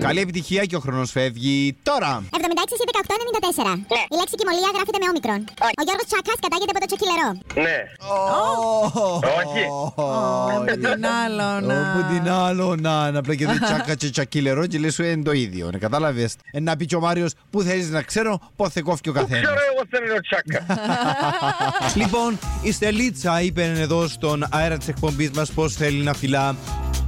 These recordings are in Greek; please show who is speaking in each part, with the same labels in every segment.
Speaker 1: Καλή επιτυχία και ο χρόνος φεύγει τώρα.
Speaker 2: 76 ή 1894.
Speaker 3: Ναι.
Speaker 2: Η λέξη κυμολία γράφεται με όμικρον.
Speaker 3: Όχι.
Speaker 2: Ο Γιώργος Τσακάς κατάγεται από το τσοκυλερό.
Speaker 3: Ναι. Όχι.
Speaker 4: Ω, Που την άλλο να.
Speaker 1: Όπου την άλλο να, να πλέκεται τσάκα και τσακίλερο και λες σου είναι το ίδιο. Ναι, κατάλαβες. Ε, να πει και ο Μάριος που θέλεις να ξέρω πότε κόφει ο καθένας.
Speaker 3: Ξέρω εγώ δεν είναι ο Τσάκα.
Speaker 1: λοιπόν, η Στελίτσα είπε εδώ στον αέρα της εκπομπής μας πως θέλει να φυλά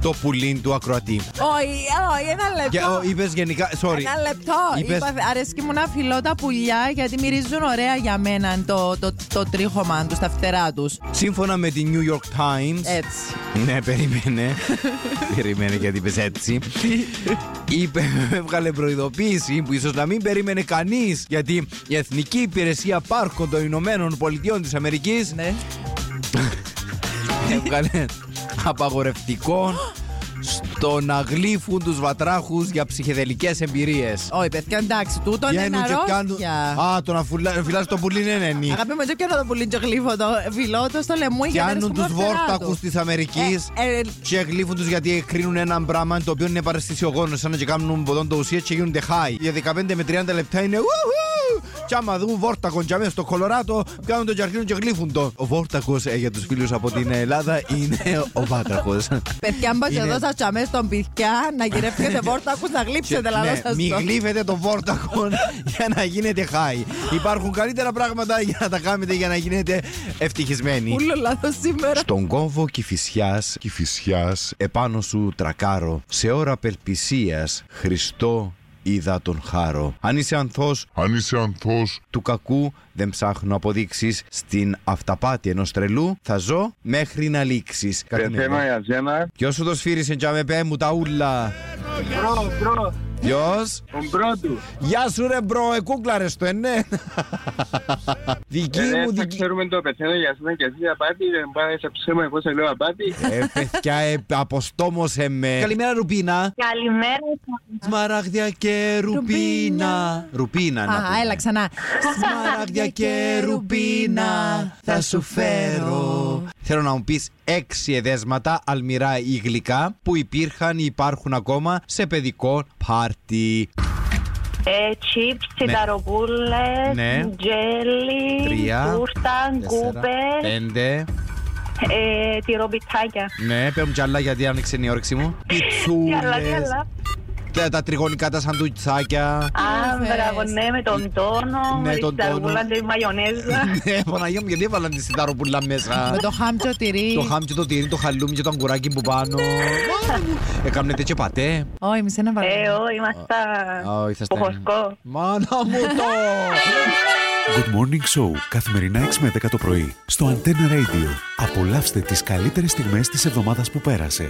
Speaker 1: το πουλίν του ακροατή.
Speaker 4: Όχι, όχι, ένα
Speaker 1: Και
Speaker 4: λεπτό.
Speaker 1: ο, είπες γενικά, sorry.
Speaker 4: Ένα λεπτό.
Speaker 1: Είπες-
Speaker 4: Είπα, αρέσκει μου να φυλώ τα πουλιά γιατί μυρίζουν ωραία για μένα το, το, το τρίχωμα τους, τα φτερά τους.
Speaker 1: Σύμφωνα με τη New York Times,
Speaker 4: Έτσι.
Speaker 1: Ναι, περίμενε. περίμενε γιατί είπες έτσι. Είπε, έβγαλε προειδοποίηση που ίσως να μην περίμενε κανείς γιατί η Εθνική Υπηρεσία Πάρκων των Ηνωμένων Πολιτειών της Αμερικής
Speaker 4: Ναι.
Speaker 1: έβγαλε απαγορευτικό στο να γλύφουν τους βατράχους για ψυχεδελικές εμπειρίες.
Speaker 4: Όχι, παιδιά, εντάξει, τούτο είναι
Speaker 1: Βγαίνουν και κάνουν...
Speaker 4: αρρώστια.
Speaker 1: Α, το να φουλά- φυλάς το πουλί ναι, είναι νένι.
Speaker 4: Αγαπητέ μου, και να το πουλί γλύφω το φιλό το στο λαιμό για να
Speaker 1: Πιάνουν
Speaker 4: αρέσκουν
Speaker 1: τους
Speaker 4: τα φτερά
Speaker 1: βόρτακους
Speaker 4: τους.
Speaker 1: της Αμερικής
Speaker 4: Ε, ε,
Speaker 1: και γλύφουν τους γιατί κρίνουν ένα πράγμα το οποίο είναι παρεστησιογόνο. Σαν να και κάνουν ποτόν το ουσία και γίνονται high. Για 15 με 30 λεπτά είναι ουουου! Κι άμα δουν βόρτακον και μέσα στο Κολοράτο, κάνουν το και αρχίζουν και γλύφουν το. Ο βόρτακο για του φίλου από την Ελλάδα είναι ο βάταχο.
Speaker 4: Παιδιά, μπα
Speaker 1: Είναι- Ναι.
Speaker 4: εδώ σα τσαμέ στον πυθιά να γυρεύετε βόρτακου να γλύψετε, λαλό σα
Speaker 1: Μην
Speaker 4: το.
Speaker 1: ναι, γλύφετε το βόρτακο για να γίνετε high. Υπάρχουν καλύτερα πράγματα για να τα κάνετε για να γίνετε ευτυχισμένοι.
Speaker 4: Ούλο λάθο σήμερα.
Speaker 1: Στον κόμβο Κηφισιάς, Κηφισιάς, επάνω σου τρακάρω, σε ώρα απελπισίας, Χριστό είδα τον χάρο. Αν είσαι ανθός
Speaker 5: Αν είσαι ανθός,
Speaker 1: του κακού, δεν ψάχνω αποδείξεις, στην αυταπάτη ενός τρελού, θα ζω μέχρι να λήξεις.
Speaker 3: Σε
Speaker 1: Κάτι
Speaker 3: Ε, θέμα
Speaker 1: νέο.
Speaker 3: για σένα.
Speaker 1: Ποιος σου το σφύρισε, τζάμε πέ μου τα ούλα.
Speaker 3: Μπρο, μπρο.
Speaker 1: Ποιος?
Speaker 3: Τον πρώτου.
Speaker 1: Γεια σου ρε μπρο, εκούκλα ρε στο ενέ. ναι. Δική
Speaker 3: Ε,
Speaker 1: μου
Speaker 3: Δεν θα
Speaker 1: δική.
Speaker 3: ξέρουμε το πεθαίνω για σένα και εσύ απάτη. Δεν πάει σε ψέμα εγώ σε λέω απάτη.
Speaker 1: Ε, παιδιά, ε, αποστόμωσε με. Καλημέρα, Ρουπίνα.
Speaker 6: Καλημέρα σας.
Speaker 1: Σμαράγδια και ρουπίνα.
Speaker 4: Ρουπίνα.
Speaker 1: Ρουπίνα να πούμε.
Speaker 4: Α, έλα ξανά.
Speaker 1: Σμαράγδια και ρουπίνα θα σου φέρω. Θέλω να μου πεις έξι εδέσματα αλμυρά ή γλυκά που υπήρχαν ή υπάρχουν ακόμα σε παιδικό πάρτι.
Speaker 6: Ε, τσίπς, τσιταροπούλες,
Speaker 1: Ναι.
Speaker 6: τζέλι,
Speaker 1: Τρία,
Speaker 6: τούρτα, κούπες,
Speaker 1: πέντε.
Speaker 6: ε, τυροπιτάκια.
Speaker 1: Ναι, παίρνουν κι άλλα γιατί άνοιξε η όρεξη μου.
Speaker 6: Τι άλλα, τι
Speaker 1: Πιτσούλες.
Speaker 6: άλλα.
Speaker 1: Τα, τα τριγωνικά τα σαντουιτσάκια.
Speaker 6: Α,
Speaker 4: Κούπες.
Speaker 6: μπράβο, ναι, με τον τόνο,
Speaker 1: Ναι,
Speaker 6: με
Speaker 1: τον
Speaker 6: την ταργούλα,
Speaker 1: τόνο.
Speaker 6: τη μαγιονέζα.
Speaker 1: Ναι, Παναγία μου, γιατί έβαλαν τη σιταροπούλα μέσα.
Speaker 4: Με το χάμτσο τυρί.
Speaker 1: Το χάμ και το τυρί, το χαλούμι και το αγκουράκι που πάνω. Μάνα μου. Έκαμνε τέτοιο πατέ.
Speaker 4: Όχι, μισέ να
Speaker 6: Ε,
Speaker 4: βάλω.
Speaker 6: ό, ήμασταν
Speaker 1: Α, όχι, θα
Speaker 6: από
Speaker 1: στέλνω.
Speaker 6: Χωσκό.
Speaker 1: Μάνα μου το!
Speaker 7: Good Morning Show καθημερινά 6 με 10 το πρωί στο Antenna Radio. Απολαύστε τις καλύτερες στιγμές της εβδομάδας που πέρασε.